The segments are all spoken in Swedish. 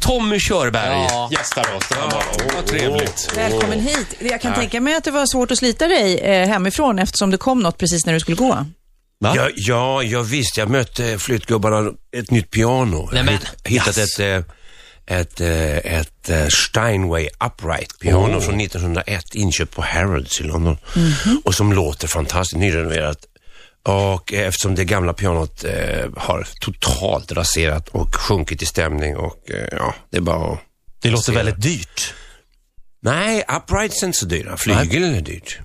Tommy Körberg Ja. gästar oss. Det var bara, vad trevligt. Välkommen hit. Jag kan tänka mig att det var svårt att slita dig eh, hemifrån eftersom det kom något precis när du skulle gå. Ja, ja, ja visst. Jag mötte flyttgubbarna, ett nytt piano. Nej, men. Jag hitt- hittat ett, eh, ett, eh, ett eh, Steinway Upright Oh. piano från 1901, inköpt på Harrods i London. Mhm. Och som låter fantastiskt, nyrenoverat. Och eh, eftersom det gamla pianot eh, har totalt raserat och sjunkit i stämning och eh, ja, det är bara att... Det låter väldigt dyrt. Nej, uprights är inte så dyra. Flygel är dyrt.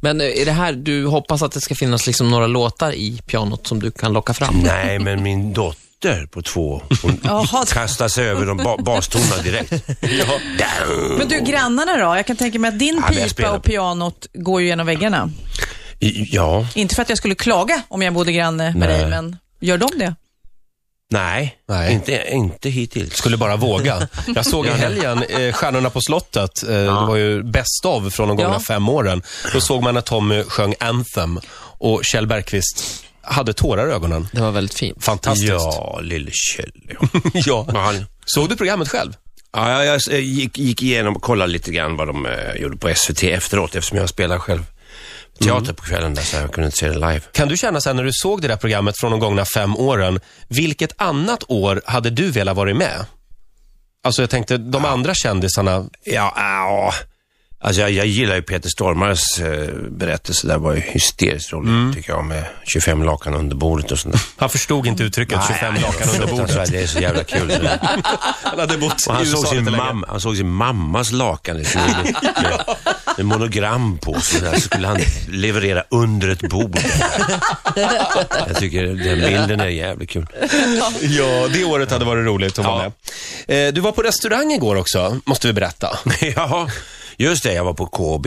Men eh, är det här, du hoppas att det ska finnas liksom några låtar i pianot som du kan locka fram? Nej, men min dotter på två, Jaha. hon kastar sig över de ba- bastonerna direkt. Men du, grannarna då? Jag kan tänka mig att din men jag pipa spelar- och pianot går ju genom väggarna. I- Ja, Inte för att jag skulle klaga om jag bodde granne med Nej. dig, men gör de det? nej, Nej. Inte, inte hittills. Skulle bara våga. Jag såg i helgen eh, Stjärnorna på slottet. Eh, Det var ju bäst av från de gångna Ja. fem åren. Då såg man att Tommy sjöng Anthem och Kjell Bergqvist hade tårar i ögonen. Det var väldigt fint. Fantastiskt. Ja, lille Kjell. ja. Ja, han- Såg du programmet själv? ja, jag, jag, jag gick, gick igenom och kollade lite grann vad de eh, gjorde på SVT efteråt eftersom jag spelar själv teater på kvällen där så jag kunde inte se det live. Kan du känna sen när du såg det där programmet från de gångna fem åren, vilket annat år hade du velat vara med? Alltså jag tänkte, de andra kändisarna, Ja, ja. Alltså jag, jag gillar ju Peter Stormares eh, berättelse. Det var ju hysteriskt roligt Mm. tycker jag med 25 lakan under bordet och sånt där. han förstod inte uttrycket 25 lakan under bordet. Det är så jävla kul. så det. Han hade bott Och han, i USA såg sin lite länge. mam, han såg sin mammas lakan liksom, med, med, med monogram på sig. Där, så skulle han leverera under ett bord. Jag tycker den bilden är jävligt kul. Ja, det året hade varit roligt att vara Ja. med. Eh, Du var på restaurang igår också, måste vi berätta. Ja, just det. Jag var på KB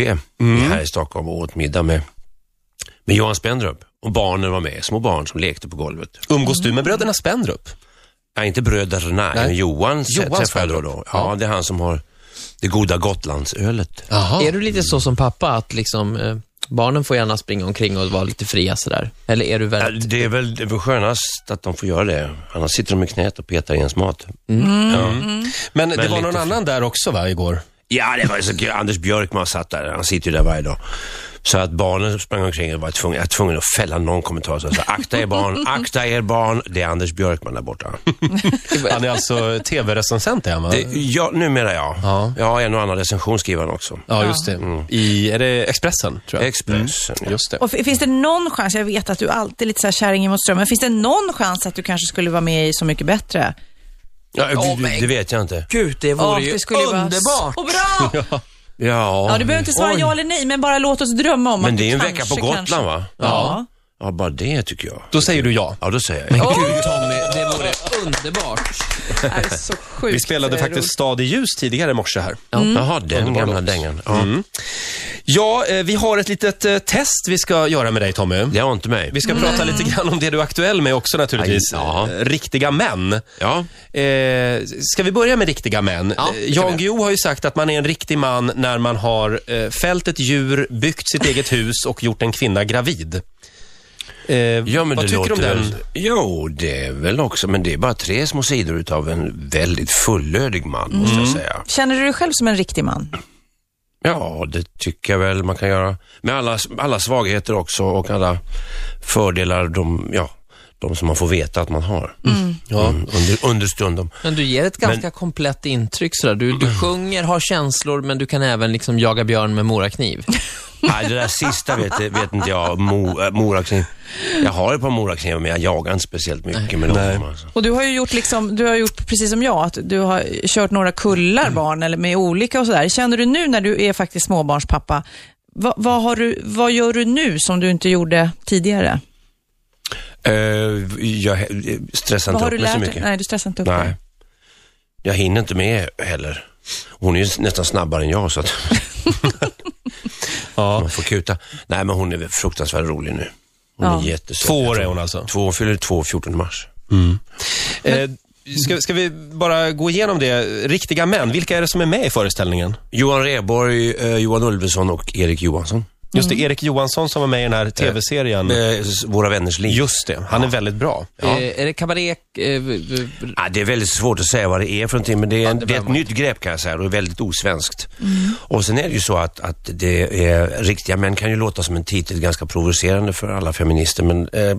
här i Stockholm och åt middag med, med Johan Spendrup. Och barnen var med, små barn som lekte på golvet. Umgås du med bröderna Spendrup? Ja, inte bröderna, men Johan, Johan Johan träffade jag då. och Spendrup. då. Ja, det är han som har det goda Gotlandsölet. Jaha. Är du lite så som pappa, att liksom, eh, barnen får gärna springa omkring och vara lite fria sådär? Eller är du Ja, väldigt... det, är väl, det är väl skönast att de får göra det. Annars sitter de i knät och petar i ens mat. Men det Men var lite någon fri- annan där också va, igår? Ja, det var ju så kul. Anders Björkman satt där. Han sitter ju där varje dag. Så att barnen sprang omkring och var tvungen, jag var tvungen att fälla någon kommentar. Så jag sa, akta er barn, akta er barn. Det är Anders Björkman där borta. Han är alltså tv-recensent är han va? Det, ja, numera ja. Ja. Jag har en och annan recension skriver han också. Ja, just det. I, är det Expressen, tror jag? Mm. Expressen. ja. Just det. Och f- finns det någon chans, jag vet att du alltid är lite så här kärringen mot strömmen, finns det någon chans att du kanske skulle vara med i Så mycket bättre? Ja, det, det vet jag inte. Gud, det vore Ja, ju det skulle ju vara underbart! så bra! Ja, Ja, du behöver inte svara Oj. ja eller nej, men bara låt oss drömma om Men att det du är ju en kanske, vecka på Gotland kanske. va? Ja. Ja, bara det tycker jag. Då säger du ja. Ja, då säger jag. ja. Gud Tommy, det vore underbart. Det är så sjukt Vi spelade roligt. faktiskt Stad i ljus tidigare i morse här. Jaha, den gamla dängan. Ja. Ja, eh, vi har ett litet eh, test vi ska göra med dig Tommy. Det har inte mig. Vi ska prata lite grann om det du är aktuell med också naturligtvis. Aj, ja. Eh, Riktiga män. Ja. Eh, ska vi börja med riktiga män? Ja, Eh, det kan Jan Guillou har ju sagt att man är en riktig man när man har eh, fällt ett djur, byggt sitt eget hus och gjort en kvinna gravid. Eh, Ja, men vad det tycker du om låter den? väl- Jo, det är väl också, men det är bara tre små sidor utav en väldigt fullödig man, måste Mm. jag säga. Känner du dig själv som en riktig man? Ja, det tycker jag väl man kan göra. Med alla, alla svagheter också och alla fördelar de, ja, de som man får veta att man har. Ja. Mm, under, understundom. Men du ger ett ganska komplett intryck sådär. Du, du sjunger, har känslor, men du kan även liksom jaga björn med morakniv. Nej, det där sista vet, vet inte jag. Mo, äh, morakniv. Jag har ett par moraknivar, men jag jagar inte speciellt mycket med dem. Alltså. Och du har ju gjort, liksom, du har gjort precis som jag, att du har kört några Mm. kullar barn eller med olika och sådär. Känner du nu när du är faktiskt småbarnspappa, vad, vad, har du, vad gör du nu som du inte gjorde tidigare? Eh, jag eh, stressar Vad inte har upp du mig lärt så mycket. dig? Nej, du stressar inte upp Nej. dig. Jag hinner inte med heller. Hon är ju nästan snabbare än jag så att Ja. man får kuta. Nej men hon är fruktansvärt rolig nu. Hon Ja. är jättesöt. Två år Jag tror- är hon alltså. Två, hon fyller två 14 mars. Eh, ska, ska vi bara gå igenom det? Riktiga män, vilka är det som är med i föreställningen? Johan Rheborg, eh, Johan Ulveson och Erik Johansson. Just det, Erik Johansson som var med i den här tv-serien. Eh, s- Våra vänners liv. Just det, han är väldigt bra. Ja. Eh, är det kabaré... Eh, v- v- Ja, det är väldigt svårt att säga vad det är för någonting, men det Mm. är, en, det det är ett behöver man. nytt grepp kan jag säga och väldigt osvenskt. Och sen är det ju så att, att det är, riktiga män kan ju låta som en titel ganska provocerande för alla feminister, men eh,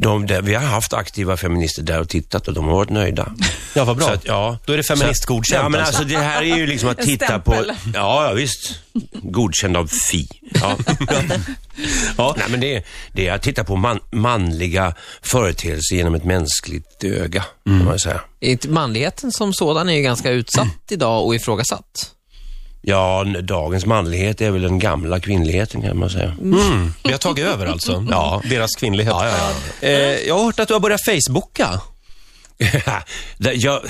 de, där- vi har haft aktiva feminister där och tittat och de har varit nöjda. ja, vad Så bra. att, ja. Då är det feministgodkänt Ja, men alltså. alltså det här är ju liksom att En titta på... stämpel. Ja, ja visst. Godkänd av Fi. Ja. ja. Nej, men det, är- det är att titta på man, manliga företeelser genom ett mänskligt öga, kan man säga. inte- manligheten som sådan är ju ganska utsatt idag och ifrågasatt. Ja, n- dagens manlighet är väl den gamla kvinnligheten kan man säga. Mm. Vi har tagit över alltså. Ja. Deras kvinnlighet. Ja, ja, ja. Eh, jag har hört att du har börjat Facebooka. Där jag,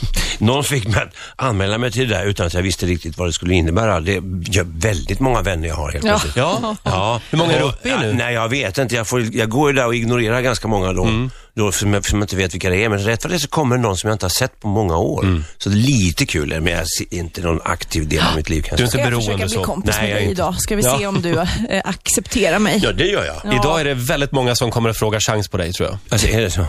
någon fick mig att anmäla mig till det där utan att jag visste riktigt vad det skulle innebära. Det är väldigt många vänner jag har helt plötsligt. Ja. Ja. Hur många är du Och- uppe i nu? Ja, nej, jag vet inte. Jag, får, jag går ju där och ignorerar ganska många då, då som, jag, som jag inte vet vilka det är. Men rätt vad det är så kommer någon som jag inte har sett på många år. Så det är lite kul, men jag ser inte någon aktiv del av mitt liv. Kan jag Du är säga. inte Ska jag beroende försöka bli så. kompis Nej, med jag är dig inte- idag? Ska vi se Ja. om du eh, accepterar mig? Ja, det gör jag. Idag är det väldigt många som kommer att fråga chans på dig, tror jag. Alltså, är det så?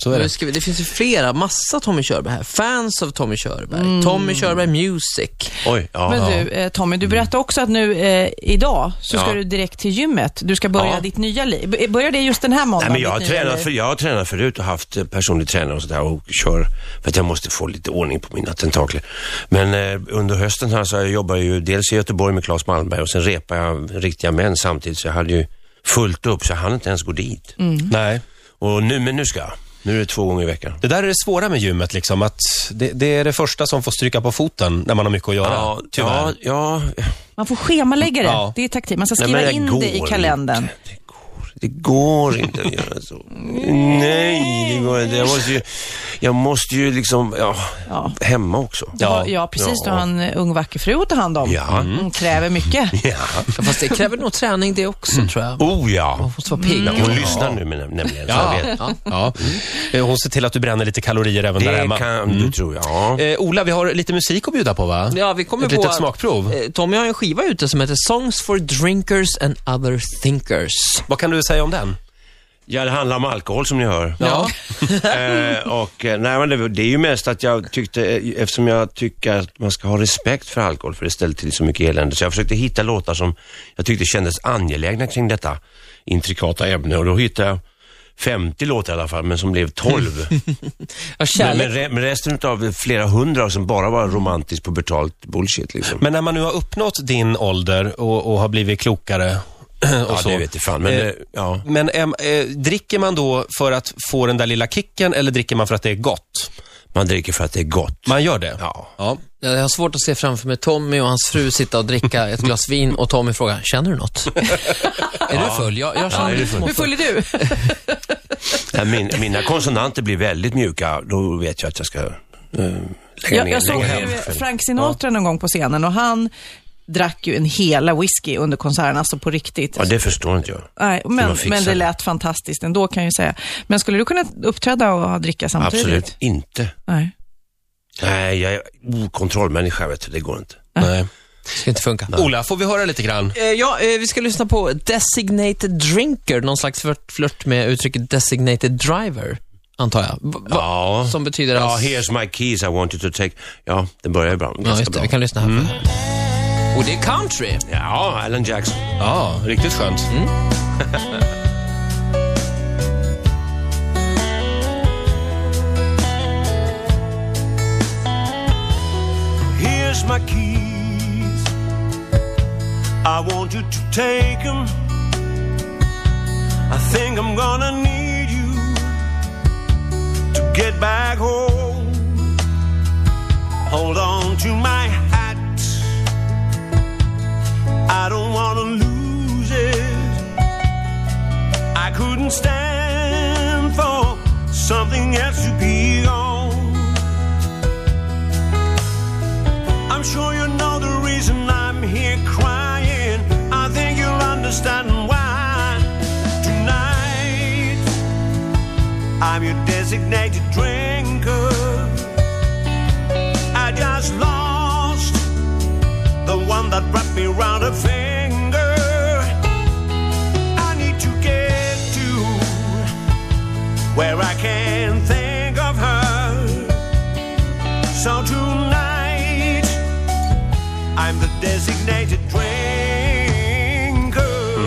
Så är Nu det. ska vi, det finns ju flera, massa Tommy Körberg här. Fans av Tommy Körberg. Tommy Körberg Music. Oj, ja. Men du, eh, Tommy, du berättade också att nu eh, idag så ska Mm. Ja. du direkt till gymmet. Du ska börja Ja. ditt nya liv. B- Börjar det just den här måndagen? Nej, men jag, har ditt nya tränat liv? för, jag har tränat förut och haft eh, personlig tränare och sådär och kör för att jag måste få lite ordning på mina tentakler. Men eh, under hösten här så jag jobbar ju dels i Göteborg med Claes Malmberg och sen repar jag riktiga män samtidigt så jag hade ju fullt upp så jag hann inte ens gå dit. Nej. Och nu, men nu ska jag. Nu är det två gånger i veckan. Det där är det svåra med gymmet, liksom, att det, det är det första som får stryka på foten när man har mycket att göra. Ja, ja, ja. Man får schemalägga det. Ja. Det är taktik. Man ska Nej, skriva men in det i går kalendern. inte. Det går- Det går inte att göra så. Nej, det går inte. Jag måste ju, jag måste ju liksom, ja, Ja. hemma också. Ja, ja, precis. Du har en eh, ung vacker fru att ta hand om. Ja. Mm, kräver mycket. Ja. Ja, Fast det kräver nog träning det också, Mm. tror jag. Oh ja. Måste vara pigg. Hon lyssnar nu men- nämligen. Så jag vet. Ja. Ja. Eh, Hon ser till att du bränner lite kalorier även där Det hemma. kan du tro, ja. Eh, Ola, vi har lite musik att bjuda på, va? Ja, vi kommer Ett på litet att- smakprov. Eh, Tommy har en skiva ute som heter Songs for Drinkers and Other Thinkers. Vad kan du säga om den? Ja, det handlar om alkohol som ni hör. Ja. eh, och, eh, nej, men det, det är ju mest att jag tyckte, eh, eftersom jag tycker att man ska ha respekt för alkohol, för det ställer till så mycket elände. Så jag försökte hitta låtar som jag tyckte kändes angelägna kring detta intrikata ämne. Och då hittade jag 50 låtar i alla fall, men som blev 12. Ja, men, kärlek. men, re, men resten av flera hundra som bara var romantiskt pubertalt bullshit liksom. Men när man nu har uppnått din ålder och, och har blivit klokare och ja, så. det vet jag fan. Men, Eh, eh, ja. Men äm, eh, dricker man då för att få den där lilla kicken eller dricker man för att det är gott? Man dricker för att det är gott. Man gör det? Ja. ja. Jag har svårt att se framför mig Tommy och hans fru sitta och dricka ett glas vin och Tommy frågar, känner du något? är du full? Jag, jag känner mig Hur småfull. full är du? Nej, Min, mina konsonanter blir väldigt mjuka. Då vet jag att jag ska eh, lägga Jag, ner. jag såg lägga ju ner. Frank Sinatra någon gång på scenen och han drack ju en hela whisky under konserten, alltså på riktigt. Ja, det förstår inte jag. Nej, man men, fixar men det det. lät fantastiskt ändå kan jag ju säga. Men skulle du kunna uppträda och ha dricka samtidigt? Absolut inte. Nej. Nej, jag är okontrollmänniska, vet du. Det går inte. Nej. Det ska inte funka. Ola, får vi höra lite Mm. grann? Eh, Ja, eh, vi ska lyssna på Designated Drinker, någon slags flört, flört med uttrycket Designated Driver, antar jag. Va, va, Ja. Som betyder Ja, att... here's my keys I want you to take. Ja, den börjar ju bra. Ja, Ganska just det. bra. Vi kan lyssna här. Mm. Och det är country. Ja, Alan Jackson. Ja, riktigt skönt. Mm. Here's my keys. I want you to take them. I think I'm gonna need you to get back home. Hold on to my hat. I don't wanna lose it. I couldn't stand for something else to be on. I'm sure you know the reason I'm here crying. I think you'll understand why. Tonight, I'm your designated drinker. I just lost the one that wrapped me round a finger. can think of her. So tonight, I'm the designated drinker.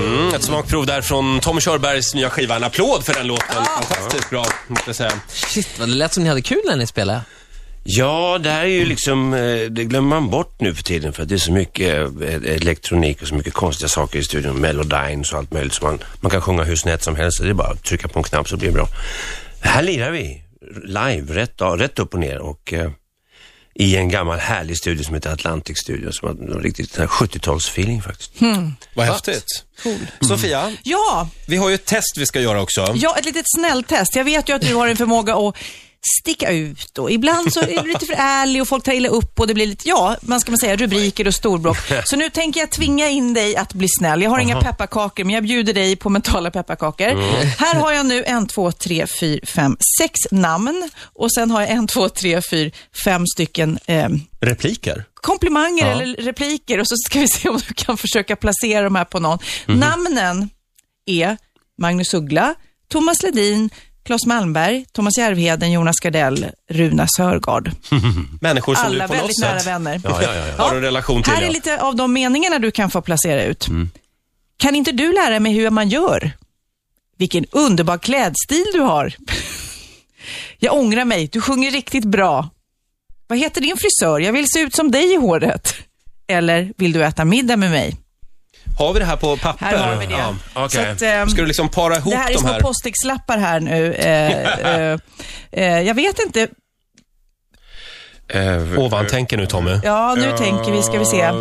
Mm, ett smakprov där från Tom Körbergs nya skiva. En applåd för den låten. Fantastiskt bra, måste jag säga. Shit, vad det lät som ni hade kul när ni spelade. Ja, det här är ju liksom, eh, det glömmer man bort nu för tiden för att det är så mycket eh, elektronik och så mycket konstiga saker i studion. Melodines och allt möjligt. Så man, man kan sjunga hur snett som helst. Det är bara att trycka på en knapp så blir det bra. Här lirar vi live, rätt, av- rätt upp och ner och eh, i en gammal härlig studio som heter Atlantic Studio som har en riktigt sån här 70-talsfeeling faktiskt. Vad häftigt. Sofia, Ja, vi har ju ett test vi ska göra också. ja, ett litet snälltest. Jag vet ju att du har en förmåga att sticka ut och ibland så är du lite för ärlig och folk tar illa upp och det blir lite, ja, man ska man säga, rubriker och storbråk. Så nu tänker jag tvinga in dig att bli snäll. Jag har inga pepparkakor, men jag bjuder dig på mentala pepparkakor. Här har jag nu en, två, tre, fyra, fem, sex namn och sen har jag en, två, tre, fyra, fem stycken ehm, Repliker. komplimanger eller repliker och så ska vi se om du kan försöka placera de här på någon. Mhm. Namnen är Magnus Uggla, Thomas Ledin, Claes Malmberg, Thomas Järvheden, Jonas Gardell, Runa Sörgård. Människor som du Alla på något väldigt nära sätt vänner. har en relation till. Här är ja. Mm. lite av de meningarna du kan få placera ut. Kan inte du lära mig hur man gör? Vilken underbar klädstil du har. Jag ångrar mig, du sjunger riktigt bra. Vad heter din frisör? Jag vill se ut som dig i håret. Eller vill du äta middag med mig? Har vi det här på papper? Här har vi det. Ja. okej. Så att, ehm, Ska du liksom para ihop det här är de små här? postixlappar här nu. Eh, eh, eh, jag vet inte. Eh, Åh, vad han tänker nu Tommy. Ja, nu tänker vi. Ska vi se. eh,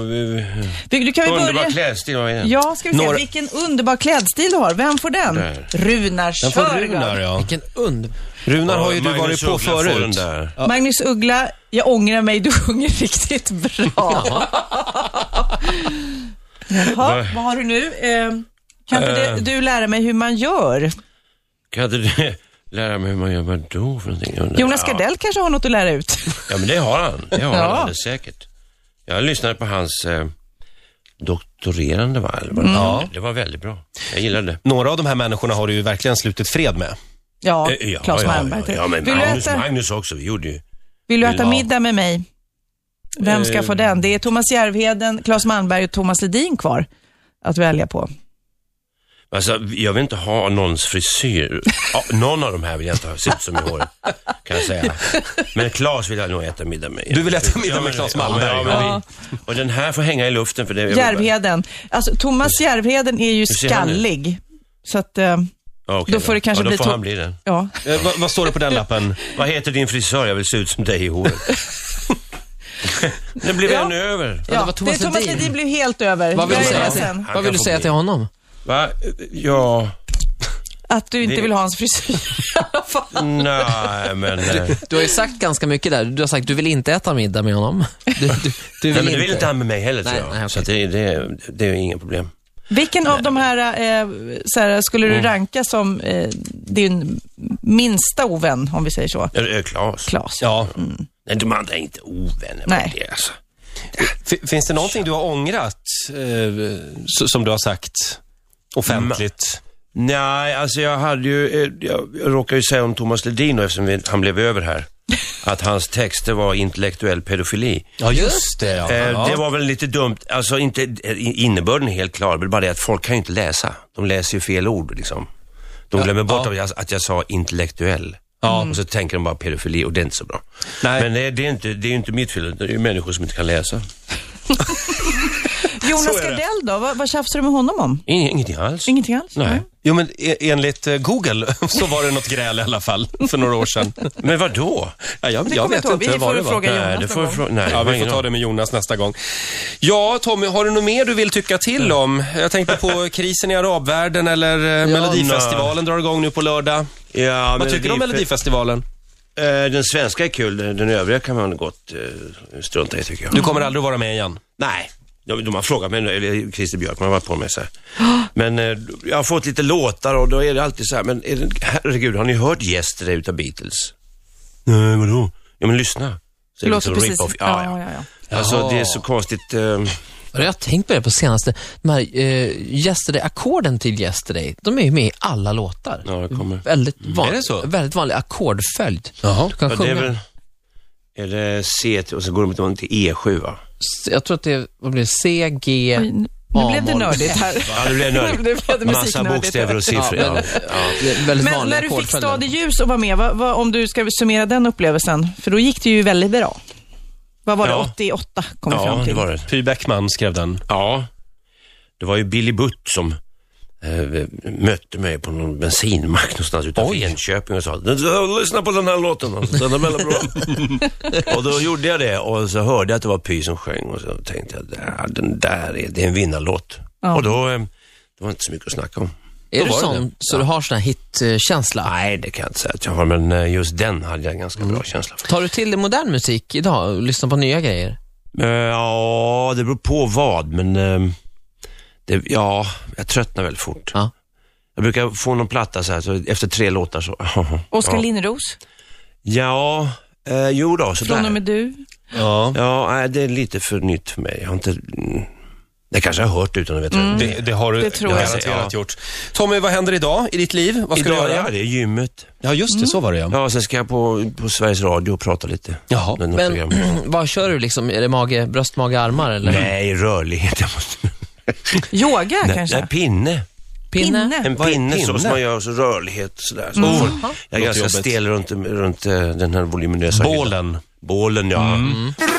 Du, du kan vi börja. Underbar klädstil, vad är det? Ja, ska vi se. Några- Vilken underbar klädstil du har. Vem får den? Där. Runar Den får Sörgård. Runar, ja. Vilken und... Runar har ju Ja, du Magnus varit på Uggla får den förut. där. Magnus Uggla, jag ångrar mig, du sjunger riktigt bra. Jaha, vad har du nu? Eh, kan inte det- du lära mig hur man gör? Kan inte du lära mig hur man gör vadå för någonting? Jag undrar. Jonas Ja. Gardell kanske har något att lära ut. Ja, men det har han. Det har han Ja. alldeles säkert. Jag lyssnade på hans eh, doktorerande, va? Eller vad Mm. det var. Det var väldigt bra. Jag gillade det. Några av de här människorna har du ju verkligen slutit fred med. Ja, Eh, ja, Claes ja, Malmberg. Ja, ja, men vill, du eh, Magnus, äta, Magnus också. Vi gjorde ju... Eh. vill du äta Ja. middag med mig? Vem ska få den? Det är Thomas Järvheden, Claes Malmberg och Thomas Ledin kvar att välja på. Alltså, jag vill inte ha någons frisyr. Ja, någon av de här vill jag inte ha. Se ut som i håret, kan jag säga. Men Claes vill jag nog äta middag med. Du vill äta middag med Claes Malmberg. Ja, men, ja, men, vi- och den här får hänga i luften för det... Järvheden. Alltså, Thomas Järvheden är ju ser han ut? skallig. Så att, eh, Ja, okej Då får det kanske ja, då bli får to- han bli den. ja. Eh, vad, vad står det på den lappen? Vad heter din frisör? Jag vill se ut som dig i håret. det blev Ja. en över. Ja, det var Thomas det Thomas Ledin. Ledin blev helt över. Vad vill du Jag är säga, ledsen till, kan vad vill du få säga bli. till honom? Va? Ja, Att du inte Det- vill ha hans frisyr i alla fall. nej men... eh, Du har ju sagt ganska mycket där. Du har sagt du vill inte äta middag med honom. Du, du, du vill, Nej, men inte. det vill inte han med mig heller tror Nej, jag. nej, Så okej. att det, det, det är inga problem. Vilken av de här, eh, så här skulle Mm. du ranka som eh, din minsta ovän, om vi säger så? Är det eh, Claes? Mm. Klas. Ja. Nej, de andra är inte ovänner Nej. med det alltså. F- finns det någonting du har ångrat, eh, s- som du har sagt offentligt? Mm. Nej, alltså jag hade ju, eh, jag, jag råkade ju säga om Thomas Ledin då, eftersom vi, han blev över här, att hans texter var intellektuell pedofili. Ja, just det. Ja. Eh, Ja. Det var väl lite dumt, alltså inte, eh, innebörden är helt klar, men bara det att folk kan ju inte läsa. De läser ju fel ord liksom. De glömmer bort ja. att, jag, att jag sa intellektuell. Ja. Och så tänker de bara pedofili och det är inte så bra. Nej. Men det, det, är inte, det är ju inte mitt fel, det är ju människor som inte kan läsa. Jonas Gardell då? Vad, vad tjafsar du med honom om? In- Ingenting alls. Ingenting alls? Nej. Jo, men e- enligt eh, Google så var det något gräl i alla fall för några år sedan. Men vad då? Ja, jag Det jag kommer vet jag inte inte ihåg. Vi vad får det var. fråga Jonas Nej, det någon gång. får jag fråga. Nej, Ja, jag har vi får ingen ta aning. det med Jonas nästa gång. Ja, Tommy, har du något mer du vill tycka Mm. till om? Jag tänkte på krisen i arabvärlden eller eh, eh, Melodifestivalen drar igång nu på lördag. Ja, Vad tycker du om Melodifestivalen? Eh, Den svenska är kul, den den övriga kan man gott eh, strunta i tycker jag. Du kommer aldrig vara med igen. Nej, de, de har frågat mig, nu, eller Christer Björkman har varit på mig så här. Men eh, jag har fått lite låtar och då är det alltid så här, men är det, herregud, har ni hört Yesterday utav Beatles? Nej, vadå? Ja, men lyssna. Så Det är låter liksom precis... rip-off. Ja, ja. ja, ja. Alltså det är så konstigt. eh, Jag har tänkt på det på senaste. De här eh, yesterday, ackorden till Yesterday, de är ju med i alla låtar. Ja, det Mm. kommer. Väldigt, van, Är det så? väldigt vanlig ackordföljd. Jaha. Du kan Ja, det sjunga. är väl... Är det C till- och så går de till E7 va? S- Jag tror att det är, vad blir det? C, G, Oj, nu blev det A-moll. nördigt här. Ja, det blev Nu blev det nördigt. Massa musiknördigt. bokstäver och siffror. Ja, Ja, men- Det är väldigt Men vanlig när du fick ackordföljd. Stad i ljus och var med, vad, vad, om du ska summera den upplevelsen, för då gick det ju väldigt bra. Vad var det? Ja. 88 kom vi ja. fram ja till. det var det. Py Bäckman skrev den. Ja, det var ju Billy Butt som eh, mötte mig på någon bensinmack någonstans utanför Enköping och sa “Lyssna på den här låten, alltså, den är väldigt bra”. och då gjorde jag det och så hörde jag att det var Py som sjöng och så tänkte jag "Ja, den där är, det är en vinnarlåt. Ja. Och då, eh, det var inte så mycket att snacka om. Är du Då var det sån det. så du har sån här hitkänsla? Nej, det kan jag inte säga att jag har, men Mm. eh, just den hade jag en ganska bra känsla för. Tar du till dig modern musik idag och lyssnar på nya grejer? Eh, Ja, det beror på vad, men eh, det, ja, jag tröttnar väldigt fort. Ja. Jag brukar få någon platta så här, så efter tre låtar så... Oskar ja. Linnros, Ja, eh, jo då, Från och sådär. med du. Ja. Ja, nej, det är lite för nytt för mig. Jag har inte... mm. Det kanske jag har hört utan att veta Mm. det. Det, det har du Det tror jag. garanterat gjort. Tommy, vad händer idag i ditt liv? Vad ska Idag du ja, göra? det är gymmet. Ja, just det. Så var det ja. Ja, sen ska jag på, på Sveriges Radio och prata lite. Jaha, Med något Men program. vad kör du liksom? Är det mage, bröst, mage, armar eller? Nej, rörlighet. Jag måste... Yoga Nej, kanske? nej, pinne. Pinne? En Vad är pinne, pinne? Så, Mm. som man gör, så rörlighet sådär. Så får- Jag är Låter ganska jobbigt. stel runt, runt eh, den här voluminösa hyllan. Bålen. Mm. Bålen, ja.